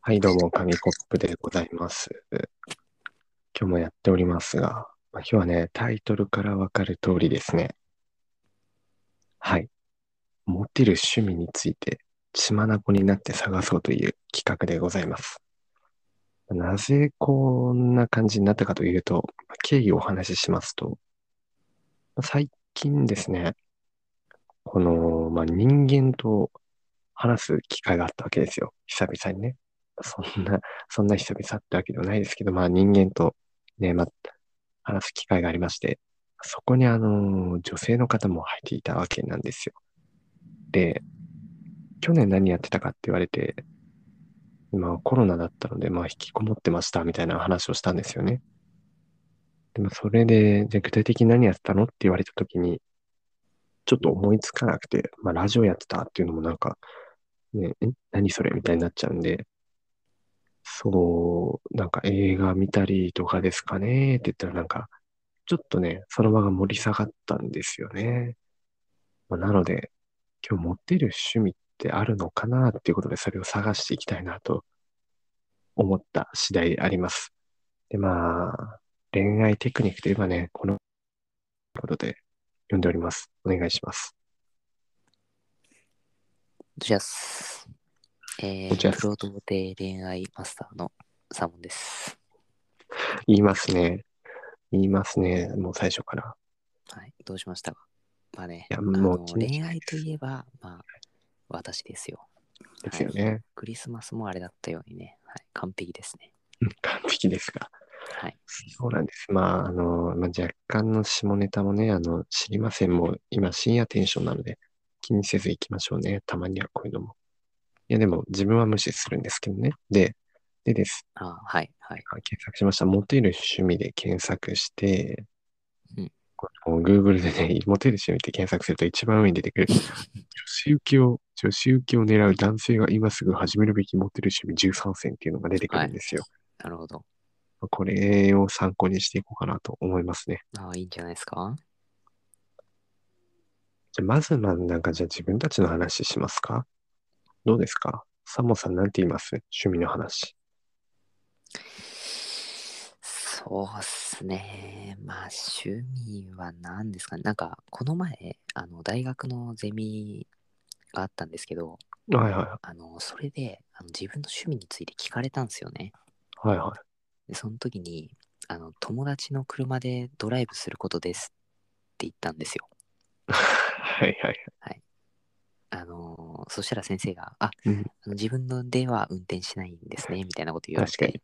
はい、どうも、紙コップでございます。今日もやっておりますが、まあ今日はね、タイトルからわかる通りですね。はい。モテる趣味について、血眼になって探そうという企画でございます。なぜこんな感じになったかというと、まあ経緯をお話ししますと、まあ最近ですね、この、まあ、人間と話す機会があったわけですよ。久々にね。そんな、そんな久々ってわけではないですけど、まあ人間とね、まあ、話す機会がありまして、そこにあの、女性の方も入っていたわけなんですよ。で、去年何やってたかって言われて、まあコロナだったので、まあ引きこもってましたみたいな話をしたんですよね。でもそれで、じゃあ具体的に何やってたのって言われたときに、ちょっと思いつかなくて、まあラジオやってたっていうのもなんか、ね、え何それみたいになっちゃうんで、そう、なんか映画見たりとかですかねって言ったらなんか、ちょっとね、その場が盛り下がったんですよね。まあ、なので、今日持ってる趣味ってあるのかなっていうことで、それを探していきたいなと思った次第であります。で、まあ、恋愛テクニックといえばね、この、ことで読んでおります。お願いします。ドジャス。えドジャー、スプロ童貞恋愛マスターのサモンです。言いますね。言いますね。もう最初から。はい、どうしましたかまあね、いやあもうの気にし恋愛といえば、まあ、私ですよ。ですよはい。ね。クリスマスもあれだったようにね、はい、完璧ですね。うん完璧ですが。はい。そうなんです。まあ、あの、まあ、若干の下ネタもね、あの、知りません。もう今深夜テンションなので気にせず行きましょうね。たまにはこういうのも。いや、でも自分は無視するんですけどね。で、でです。あはい、はい。あ検索しました。モテる趣味で検索して、うんこの Google でね、モテる趣味って検索すると一番上に出てくる。女子受けを、女子受けを狙う男性が今すぐ始めるべきモテる趣味13選っていうのが出てくるんですよ。なるほど。これを参考にしていこうかなと思いますね。あいいんじゃないですかじゃあまずまあなんかじゃあ自分たちの話しますかどうですかサモさんなんて言います趣味の話。そうっすね。まあ、趣味は何ですかね。なんか、この前、あの、大学のゼミがあったんですけど、はいはあの、それで、あの自分の趣味について聞かれたんですよね。い。はいはい。で、その時に、あの、友達の車でドライブすることですって言ったんですよ。はいはい。あの、そしたら先生が、あ、うんあの自分のでは運転しないんですね、みたいなこと言われ確かてに、。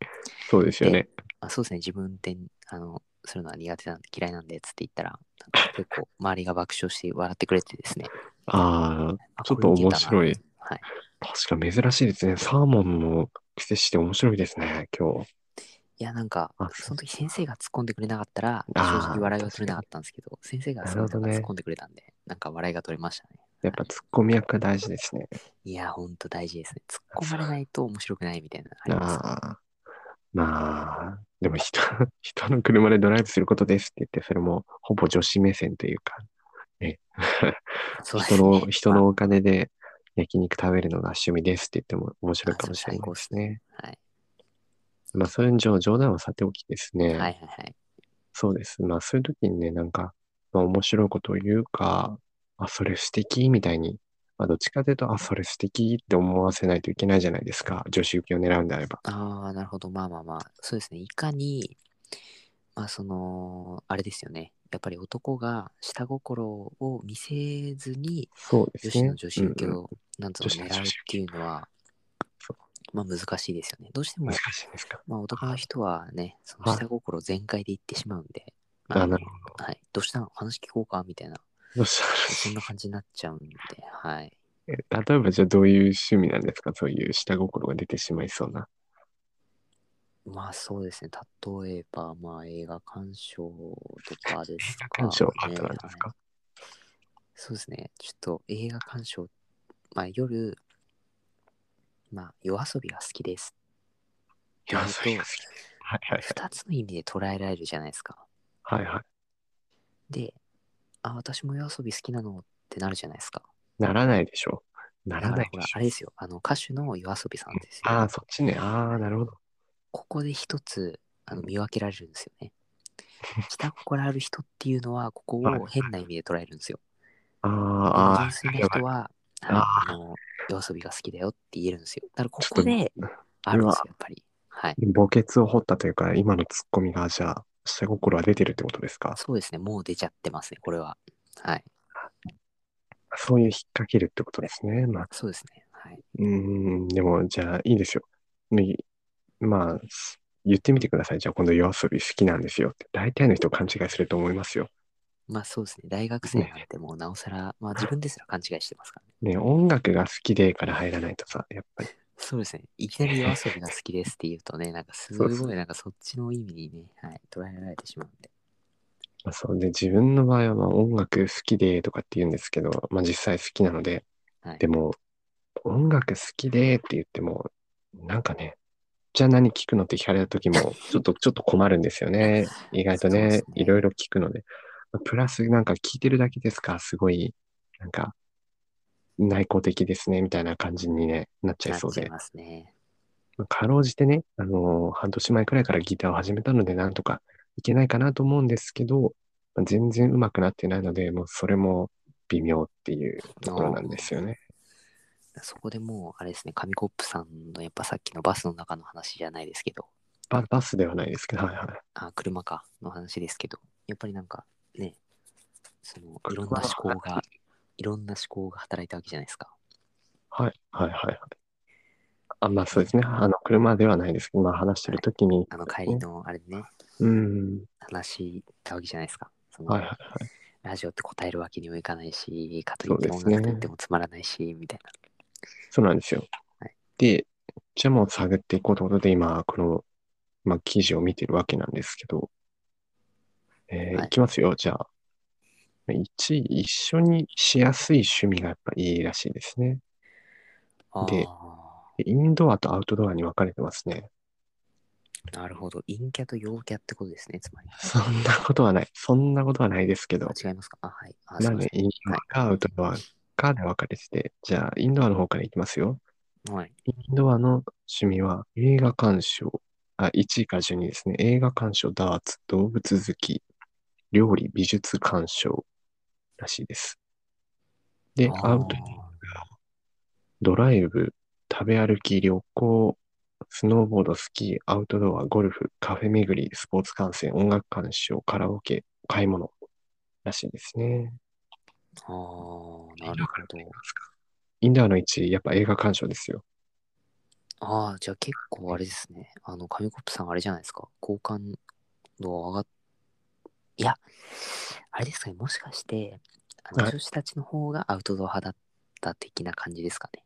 そうですよね。あ、そうですね、自分運転、あの、するのは苦手なんで嫌いなんで、つって言ったら、なんか結構周りが爆笑して笑ってくれてですね。ああ、あちょっと面白。いこれけたなはい。確か珍しいですね。サーモンの癖して面白いですね、今日。いや、なんかあ、その時先生が突っ込んでくれなかったら、正あー直笑いは取れなかったんですけど、先生がなそるのほなどんねか突っ込んでくれたんで、なんか笑いが取れましたね。やっぱツッコミ役大事ですね。いや、ほんと大事ですね。突っ込まれないと面白くないみたいなのありますかああ。まあ、でも人、 人の車でドライブすることですって言って、それもほぼ女子目線というか、ね、そうです人ね の、人まのお金で焼肉食べるのが趣味ですって言っても面白いかもしれないですね。あはい。まあ、そういう冗冗談はさておきですね。はいはいはい。そうです。まあ、そういう時にね、なんか、まあ、面白いことを言うか、あ、それ素敵みたいに、まあ、どっちかというと、あ、それ素敵って思わせないといけないじゃないですか。女子受けを狙うんであれば。ああ、なるほど。まあまあまあ、そうですね。いかに、まあその、あれですよね。やっぱり男が下心を見せずに、そうです女子ね。の女子受けうんうんを、なんつうの、女子の女子狙うっていうのはそ、まあ難しいですよね。どうしても難、しいですか。まあ男の人はね、そのはい下心全開でいってしまうんで、あまあなるほはい。どうしたの話聞こうかみたいな、どうしたそんな感じになっちゃうんで、はい。え 例えば、じゃあどういう趣味なんですかそういう下心が出てしまいそうな。まあそうですね。例えば、まあ映画鑑賞とかで映す画か、ね。鑑賞あったなんですはかいそうですね。ちょっと映画鑑賞、まあ夜、まあ夜遊びが好きです。いや、それが好きです。はいはい二つの意味で捉えられるじゃないですか。はい。はいはい。で、あ、私も夜遊び好きなのってなるじゃないですか。ならないでしょなだかららないほでらし、あょ。れですよ。あの、歌手の夜遊びさんですよ。ああ、そっちね。ああ、なるほど。ここで一つあの見分けられるんですよ ね。下心ある人っていうのは、ここはいを変な意味で捉えるんですよ。あであも、ああ純粋な人は、ああの、夜遊びが好きだよって言えるんですよ。だから、こちょっことで、あるんですよう、やっぱり。はい。墓穴を掘ったというか、今のツッコミが、じゃあ、下心は出てるってことですかそうですね。もう出ちゃってますね、これは。はい。そういう引っ掛けるってことですね。まあ、そうですね。はい。うーん、でも、じゃあ、いいですよ。みまあ、言ってみてください。じゃあ、今度夜遊び好きなんですよって。大体の人勘違いすると思いますよ。まあ、そうですね。大学生なんて、もうなおさら、まあ、自分ですら勘違いしてますからね。ね、音楽が好きでから入らないとさ、やっぱり、そうですね。いきなり夜遊びが好きですって言うとね、なんかすそうそごい、なんかそっちの意味にね、はい、捉えられてしまうんで。まあ、そうで、自分の場合は、まあ、音楽好きでとかって言うんですけど、まあ、実際好きなので、はいでも、音楽好きでって言っても、なんかね、じゃあ何聞くのって聞かれた時 も、ちょっと、ちょっと困るんですよね。意外とそうでねす、ねいろいろ聞くので。プラス、なんか聞いてるだけですか、すごい、なんか、内向的ですね、みたいな感じに、ね、なっちゃいなっそうちゃいで。ますね。まあかろうじてね、あのー半年前くらいからギターを始めたので、なんとかいけないかなと思うんですけど、まあ全然上手くなってないので、もうそれも微妙っていうところなんですよね。そこでもう、あれですね、紙コップさんのやっぱさっきのバスの中の話じゃないですけど、ババスではないですけど、はいはい。あ、車かの話ですけど、やっぱりなんかね、そのい車ろんのな話思考が、いろんな思考が働いたわけじゃないですか。はいはいはいはい。あまあそうですね。あの、車ではないですけど、まあ話してるときに、あの帰りのあれでね、うん、話したわけじゃないですか。そのはいはいはい。ラジオって答えるわけにもいかないし、かといそうってで音すね楽と言ってもつまらないし、みたいな。そうなんですよはい。で、じゃあもう探っていこうということで、今、この、まあ、記事を見てるわけなんですけど、えーはいい、きますよ、じゃあ。1位、一緒にしやすい趣味がやっぱいいらしいですね。であでインドアとアウトドアに分かれてますね。あ、なるほど。陰キャと陽キャってことですね、つまり。そんなことはない。そんなことはないですけどあ、違いますかあ、はい。あ、すいなんませでインドアかアウトドアかで分かれてて、じゃあ、インドアの方からいきますよ。ん。はい。インドアの趣味は映画鑑賞。あ、1位から12位ですね。映画鑑賞、ダーツ、動物好き、料理、美術鑑賞らしいです。で、あーアウトドライブ、食べ歩き、旅行、スノーボード、スキー、アウトドア、ゴルフ、カフェ巡り、スポーツ観戦、音楽鑑賞、カラオケ、買い物らしいですね。あー、なるほど。インドアの1位、やっぱ映画鑑賞ですよ。ああ、じゃあ結構あれですね。あの、紙コップさんあれじゃないですか。好感度上がっ、いや、あれですかね。もしかして、あのはい女子たちの方がアウトドア派だった的な感じですかね。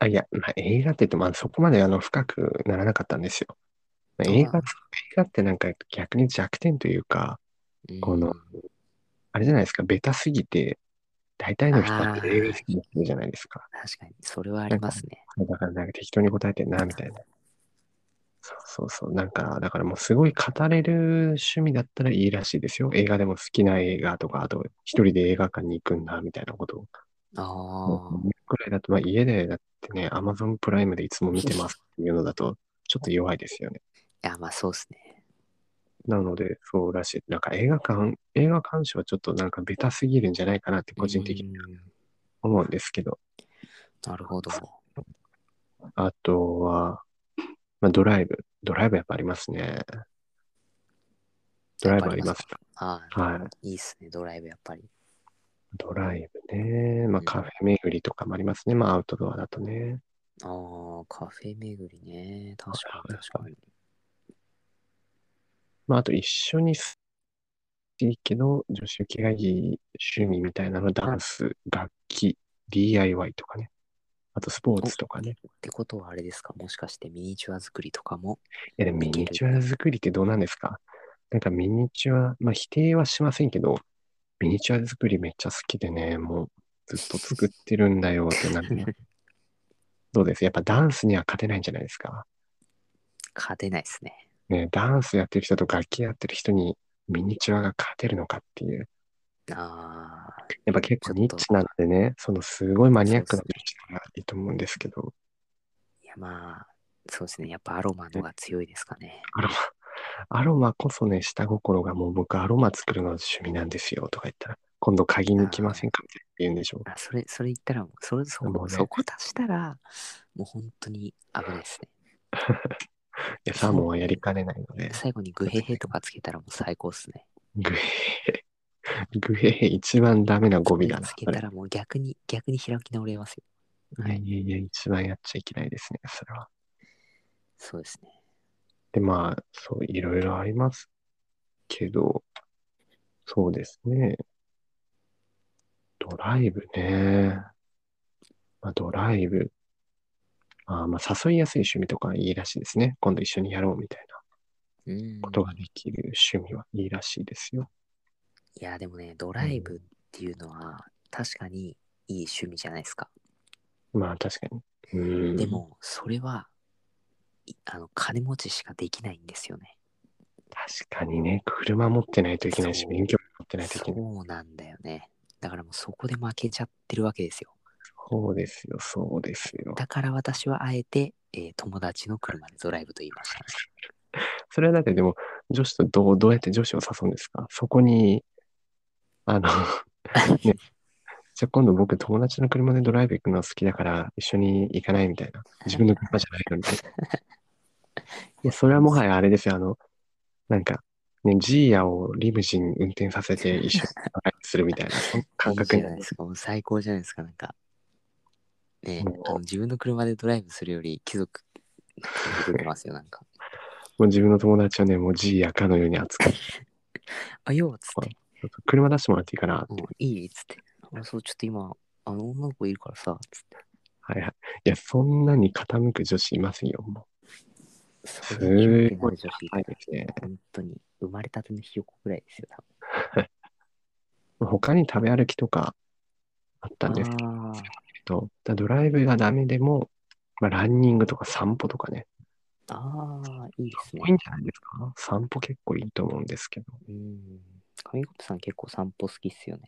あ、いや、まあ、映画って言っても、あのそこまであの深くならなかったんですよ。まああー映画、映画ってなんか逆に弱点というか、うんこのあれじゃないですか、ベタすぎて、大体の人はあー映画好きになるじゃないですか。確かに、それはありますね。だからなんか適当に答えてんな、みたいな。そうそうそう。なんか、だからもうすごい語れる趣味だったらいいらしいですよ。映画でも好きな映画とか、あと一人で映画館に行くんだ、みたいなことを。あもあう、くらいだと、まあ家でだってね、Amazon プライムでいつも見てますっていうのだと、ちょっと弱いですよね。いや、まあそうですね。なので、そうらしい。なんか映画館、映画鑑賞はちょっとなんかベタすぎるんじゃないかなって個人的にうん思うんですけど、なるほど。あとは、まあ、ドライブ。ドライブやっぱありますね。ドライブありますよ。ああ、はいいっすね、ドライブやっぱり。い。ドライブね。まあうんカフェ巡りとかもありますね。まあアウトドアだとね。ああ、カフェ巡りね。確かに、確かに。まああと一緒にすいいけど、女子受けがいい趣味みたいなの、ダンス、楽器、DIY とかね。あとスポーツとかね。ってことはあれですかもしかしてミニチュア作りとかもいやでもミニチュア作りってどうなんですかなんかミニチュア、まあ否定はしませんけど、ミニチュア作りめっちゃ好きでね、もうずっと作ってるんだよってなるねどうですやっぱダンスには勝てないんじゃないですか勝てないですね。ね、ダンスやってる人と楽器やってる人にミニチュアが勝てるのかっていう、ああ、やっぱ結構ニッチなのでね、そのすごいマニアックな女子がいいと思うんですけど、いやまあ、そうですね。やっぱアロマのが強いですかね。アロマ、アロマこそね、下心がもう僕アロマ作るのが趣味なんですよとか言ったら、今度鍵に来ませんかみたいな言うんでしょう。あ、それ、それ言ったら、それ、そでもこ、ねそこ足したら、もう本当に危ないですね。いや、サーモンはやりかねないので、最後にグヘヘとかつけたらもう最高っすね。グヘヘ、グヘヘ一番ダメな語尾だな。つけたらもう逆に、逆に開き直れますよ。いやいやいや、一番やっちゃいけないですね、それは。そうですね。で、まあ、そう、いろいろありますけど、そうですね。ドライブね。まあ、ドライブ。あーまあ、誘いやすい趣味とかいいらしいですね。今度一緒にやろうみたいなうん。ことができる趣味はいいらしいですよ。いや、でもね、ドライブっていうのは、確かにいい趣味じゃないですか。まあ、確かに。うん。で、も、それは、いあの、金持ちしかできないんですよね。確かにね、車持ってないといけないし、そう免許持ってないといけない。そうなんだよね。だからもうそこで負けちゃってるわけですよ。そうですよ、そうですよ。だから私はあえて、えー友達の車でドライブと言いましたね。それはだってでも、女子とどう、どうやって女子を誘うんですかそこに、 あの、ね、じゃあ今度僕友達の車でドライブ行くの好きだから一緒に行かないみたいな。自分の車じゃないのに。いや、それはもはやあれですよ。あの、なんか、ね、ジーヤをリムジン運転させて一緒にドライブするみたいな、その感覚いいにじゃないですか。もう最高じゃないですか。なんか。ねえもうあの自分の車でドライブするより貴族な感じ出てます よ、なんか。もう自分の友達をね、もうジーヤかのように扱って、あ、ようっつって。ちょっと車出してもらっていいかなうん、いいっつって。あ、そう、ちょっと今、あの女の子いるからさ、つって。はいはい。いや、そんなに傾く女子いませんよ、もう。すごいなる女子いたはらいですね。本当に、生まれたてのひよこぐらいですよ、多分。他に食べ歩きとかあったんですけあど、だドライブがダメでも、まあ、ランニングとか散歩とかね、あ、ああ、いいですねいい。んじゃないですか散歩結構いいと思うんですけど、うん。上本さん結構散歩好きっすよね。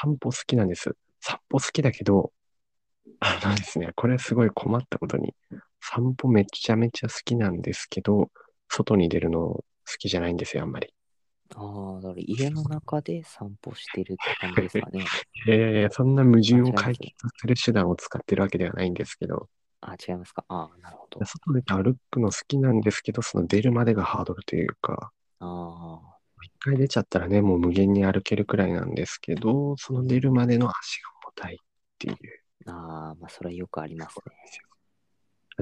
散歩好きなんです。散歩好きだけど、あのですね、これすごい困ったことに、散歩めちゃめちゃ好きなんですけど、外に出るの好きじゃないんですよ、あんまり。ああ、だから家の中で散歩してるって感じですかね。いやいやいや、そんな矛盾を解決する手段を使ってるわけではないんですけど、あ、違いますか。ああ、なるほど。外出て歩くの好きなんですけど、その出るまでがハードルというか、ああ、一回出ちゃったらね、もう無限に歩けるくらいなんですけど、その出るまでの足が重たいっていう。ああ、まあ、それはよくありますね。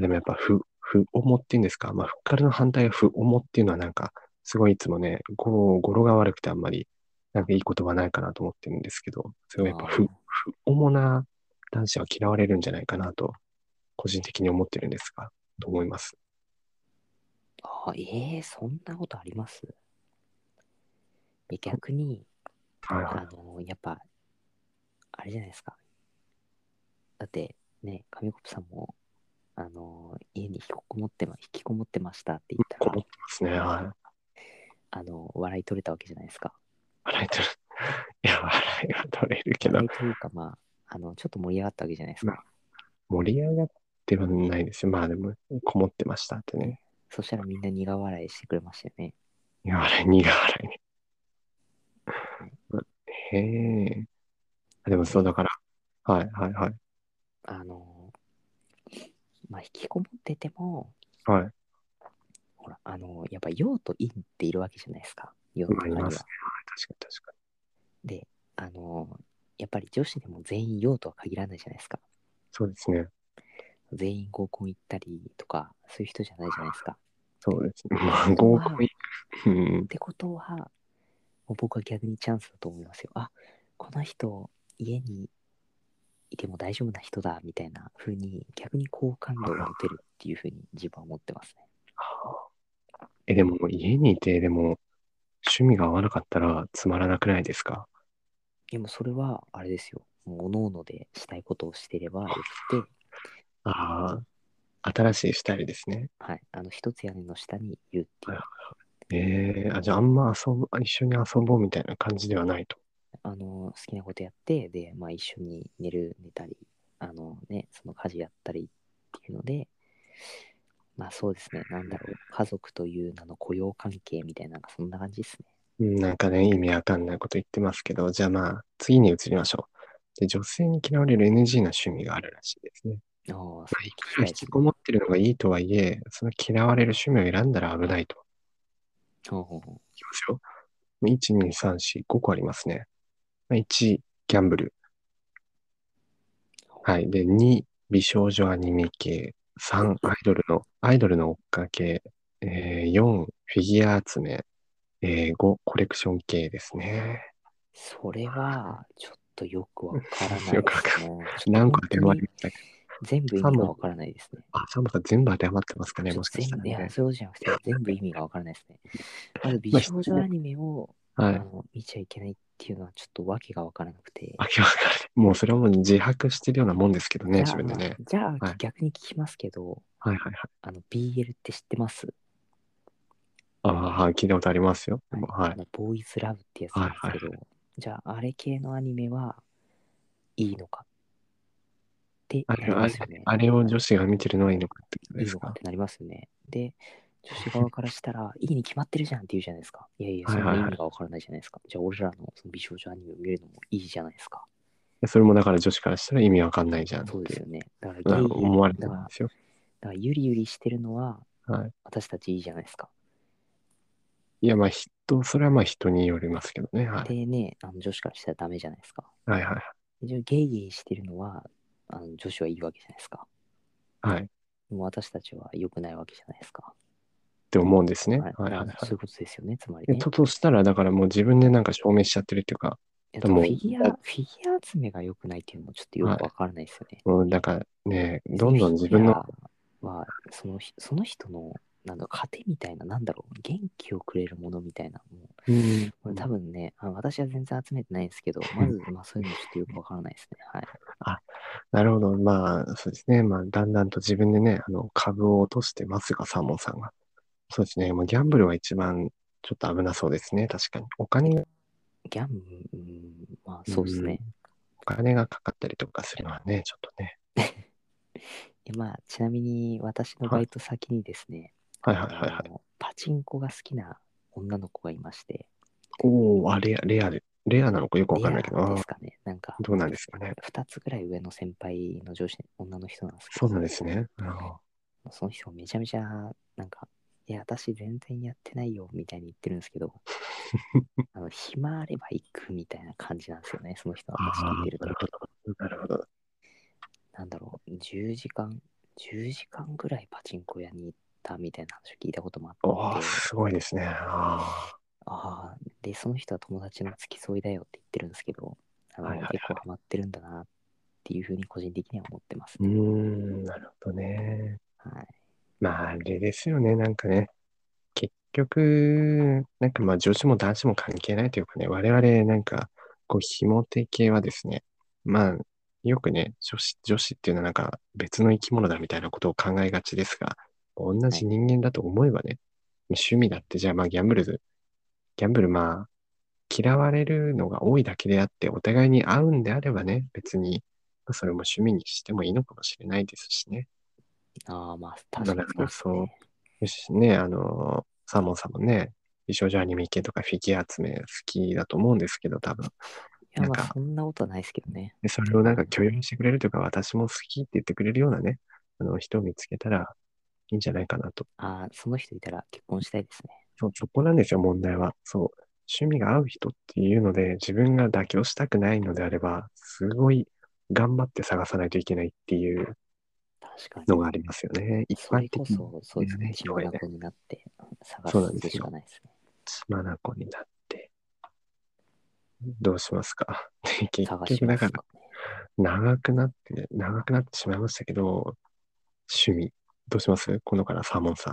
でもやっぱ、ふ、ふ重っていうんですか。まあ、ふっかるの反対がふ重っていうのはなんか、すごいいつもね、語語呂が悪くてあんまり、なんかいい言葉ないかなと思ってるんですけど、すごいやっぱ、あーふ、ふ重な男子は嫌われるんじゃないかなと、個人的に思ってるんですが、と思います。ああ、ええそんなことありますえ逆に、はいあはい。のやっぱ、あれじゃないですか。だって、ね、上コップさんも、あの家に引きこもってま、引きこもってましたって言ったこらもっ、てますね。はい。あの笑い取れたわけじゃないですか。笑い取る。 いや、笑いは取れるけど笑い、というか、まあ、あの、ちょっと盛り上がったわけじゃないですか。盛り上がってはないですよ。まあでも、こもってましたってね。そしたらみんな苦笑いしてくれましたよね。苦笑い、苦笑いね。へえ。あでもそうだから。はいはいはい。あの、まあ、引きこもってても、はい。ほら、あの、やっぱ陽と陰っているわけじゃないですか。世のまあい中にはます。確かに確かに。で、あの、やっぱり女子でも全員陽とは限らないじゃないですか。そうですね。全員合コン行ったりとか、そういう人じゃないじゃないですか。そうですね。まあ合コン行く。うんっ。てことは、もう僕は逆にチャンスだと思いますよ。あ、この人、家にいても大丈夫な人だ、みたいな風に、逆に好感度を持てるっていう風に自分は思ってますね。え、でも家にいて、でも趣味が合わなかったらつまらなくないですかでもそれは、あれですよ。もう、おのおのでしたいことをしてればよくて、ああ。新しいスタイルですね。はい、あの、一つ屋根の下にいるっていうええあ、じゃああんま遊ぶ、一緒に遊ぼうみたいな感じではないと。あの好きなことやってで、まあ、一緒に寝る寝たりあのねその家事やったりっていうのでまあそうですねなんだろう家族という名の雇用関係みたいななんかそんな感じですねうんなんかね、意味わかんないこと言ってますけど、じゃあまあ、次に移りましょう。で、女性に嫌われる NG な趣味があるらしいですね。ああそまあいう聞きくたらい引ですきねこもってるのがいいとはいえ、その嫌われる趣味を選んだら危ないと。ほうほうほいきますよ。1、2、3、4、5個ありますね。1、ギャンブル。はい。で、2、美少女アニメ系。3、アイドルの、アイドルの追っかけ。えー、4、フィギュア集め。えー、5、コレクション系ですね。うそれはちょっとよくわからないですねよくわかんちょっと何個当てはまりましたか全部意味がわからないですねあ、サンボさん全部当てはまってますかねちょもっしとかした全ら、部、いや、ね。そういうことじゃなくて、全部意味がわからないですね。まず、美まあ少女アニメを、はあい。の見ちゃいけないっていうのは、ちょっとわけがわからなくて。あ、今からねもうそれはもう自白してるようなもんですけどね、じ自ゃあ分でね。じゃあ、はい逆に聞きますけど、はいはいはい。あの、BL って知ってますああ、はい聞いたことありますよ。はあい。のボーイズラブってやつなんですけど、はじゃあ、あれ系のアニメはいいのかってあなりれあまれすよね。あれを女子が見てるのはいいのかってこといでいすのかっかてなりますよね。で、女子側からしたら、いいに決まってるじゃんって言うじゃないですか。いやいや、はいそんはいはない意味がわからないじゃないですか。じゃあ、俺らのその美少女アニメを見るのもいいじゃないですか。それもだから女子からしたら意味わかんないじゃんってそうですよね。だかなら、ゲイんか思われてだるからんですよ。だからゆりゆりしてるのは、はい。私たちいいじゃないですか。いや、まあ人、それはまあ人によりますけどね。はい。でね、あの女子からしたらダメじゃないですか。はいはいでじゃあ、ゲイゲイしてるのは、あの女子はいいわけじゃないですか。はい。はい。っでも私たちは良くないわけじゃないですか。て思うんですね。ははいいはいはだからそういいうことですよね、つまりえ。ね。と、としたら、だからもう自分でなんか証明しちゃってるっていうか、えっでと、フもィギュア、フィギュア集めが良くないっていうのもちょっとよくわからないですよね。もうだからね、どんどん自分の、フィギュアはその人その人のなんだ糧みたいな、なんだろう、元気をくれるものみたいな、もううんこれ多分ね、あ私は全然集めてないんですけど、まず、まあ、そういうのちょっとよくわからないですね。はい。なるほど。まあ、そうですね。まあ、だんだんと自分でね、あの、株を落としてますが、サーモンさんが。そうですね。もうギャンブルは一番ちょっと危なそうですね。確かに。お金が、ギャン、うん、まあそうですね。お金がかかったりとかするのはね、ちょっとね。えまあ、ちなみに私のバイト先にですね、はいはいはいはい。あのパチンコが好きな女の子がいまして、おおあ、レア、レアで、レアなのかよくわレかアんないけど、あでーすかね。なんか、どうなんですかね。 2つぐらい上の先輩の上司、女の人なんですけど、そうなんですね。あその人めちゃめちゃ、なんか、いや、私全然やってないよ、みたいに言ってるんですけ ど、あの、暇あれば行くみたいな感じなんですよね、その人の話あ聞いてるー、とな。るほど。なるほど。なんだろう、10時間、10時間ぐらいパチンコ屋に行ったみたいな話を聞いたこともあっおてー、、すごいですね。あああ、で、その人は友達の付き添いだよって言ってるんですけど、あのはいはいはい結構ハマってるんだなっていうふうに個人的には思ってますーうーね。ん、なるほどね。はい。まあ、あれですよね、なんかね、結局、なんかまあ、女子も男子も関係ないというかね、我々、なんか、こう、紐手系はですね、まあ、よくね、女子、女子っていうのはなんか別の生き物だみたいなことを考えがちですが、同じ人間だと思えばね、趣味だって、じゃあまあ、ギャンブル、ギャンブルまあ、嫌われるのが多いだけであって、お互いに合うんであればね、別に、まあそれも趣味にしてもいいのかもしれないですしね。ああ、まあ、まあ確かだにかそらうですそうね。よしね、あの、サーモンさんもね、美少女アニメ系とかフィギュア集め好きだと思うんですけど、多分。いや、なんまかあ、そんなことはないですけどね。でそれをなんか許容してくれるというか、私も好きって言ってくれるようなね、あの、人を見つけたらいいんじゃないかなと。ああ、その人いたら結婚したいですね。そう、そこなんですよ、問題は。そう。趣味が合う人っていうので、自分が妥協したくないのであれば、すごい頑張って探さないといけないっていう確かに。のがありますよね。一そ般れ的こにそ、そうですね。ね血人がいない眼になって探そうなんですすしよかないですね。血まなこになって、どうしますか 結探し局まだかすら、かね。長くなって、長くなってしまいましたけど、趣味、どうします今度からサーモンさん、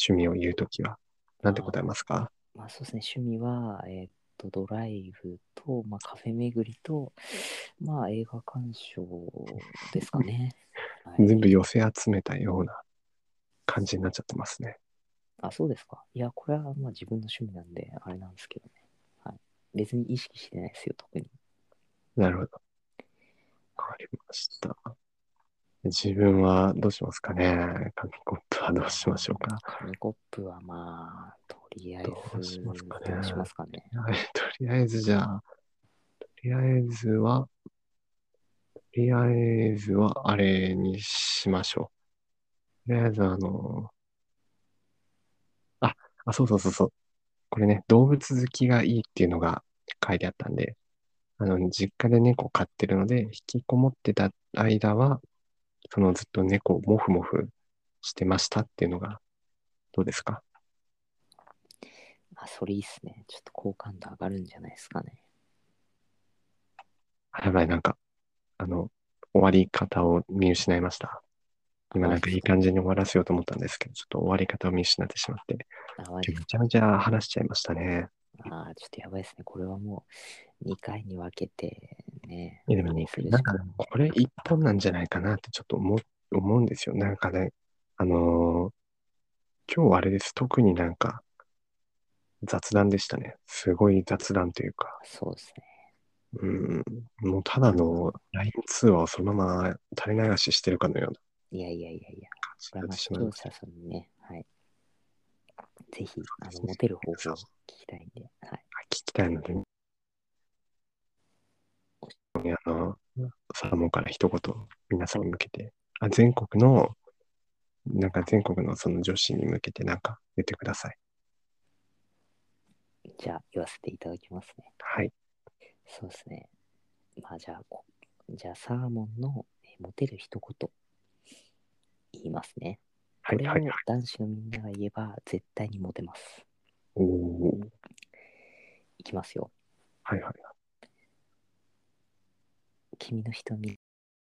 趣味を言うときは、なんて答えますかまあ、そうですね。趣味は、えーっと、ドライブと、まあ、カフェ巡りと、まあ、映画鑑賞ですかね。はい全部寄せ集めたような感じになっちゃってますね。あ、そうですか。いや、これはまあ自分の趣味なんで、あれなんですけどね。別に意識してないですよ、特に。なるほど。わかりました。自分はどうしますかね紙コップはどうしましょうか紙コップはまあ、とりあえず、どうしますかねどうしますかねはい、とりあえずじゃあ、とりあえずは、とりあえずはあれにしましょう。とりあえずあの、あ、あ、そうそうそうそう。これね、動物好きがいいっていうのが書いてあったんで、あの、実家で猫飼ってるので、引きこもってた間は、そのずっと猫をモフモフしてましたっていうのが、どうですかあ、それいいっすね。ちょっと好感度上がるんじゃないですかね。やばい、なんか、あの、終わり方を見失いました。今なんかいい感じに終わらせようと思ったんですけど、ちょっと終わり方を見失ってしまって、あ、マジめちゃめちゃ話しちゃいましたね。あーちょっとやばいですね。これはもう2回に分けてね。いやでもねするしなんかかないこれ一本なんじゃないかなってちょっと思う思うんですよ。なんかね、あのー今日あれです。特になんか雑談でしたね。すごい雑談というか、そうですね。うん、もうただの LINE 通話をそのまま垂れ流ししてるかのようないやいやいやいや。感じこれになってしまいまはまあ視聴した者。さんにね、はい。ぜひ、あそうですの、ねモテる方法を聞きたいんで、はい。聞きたいので、あの、サーモンから一言、皆さんに向けて、あ全国の、なんか全国のその女子に向けてなんか言ってください。じゃあ、言わせていただきますね。はい。そうですね。まあ、じゃあ、こじゃあ、サーモンのえモテる一言、言いますね。はい、これをはい、はい。男子のみんなが言えば、絶対にモテます。おおーいきますよ。はい、はい。君の瞳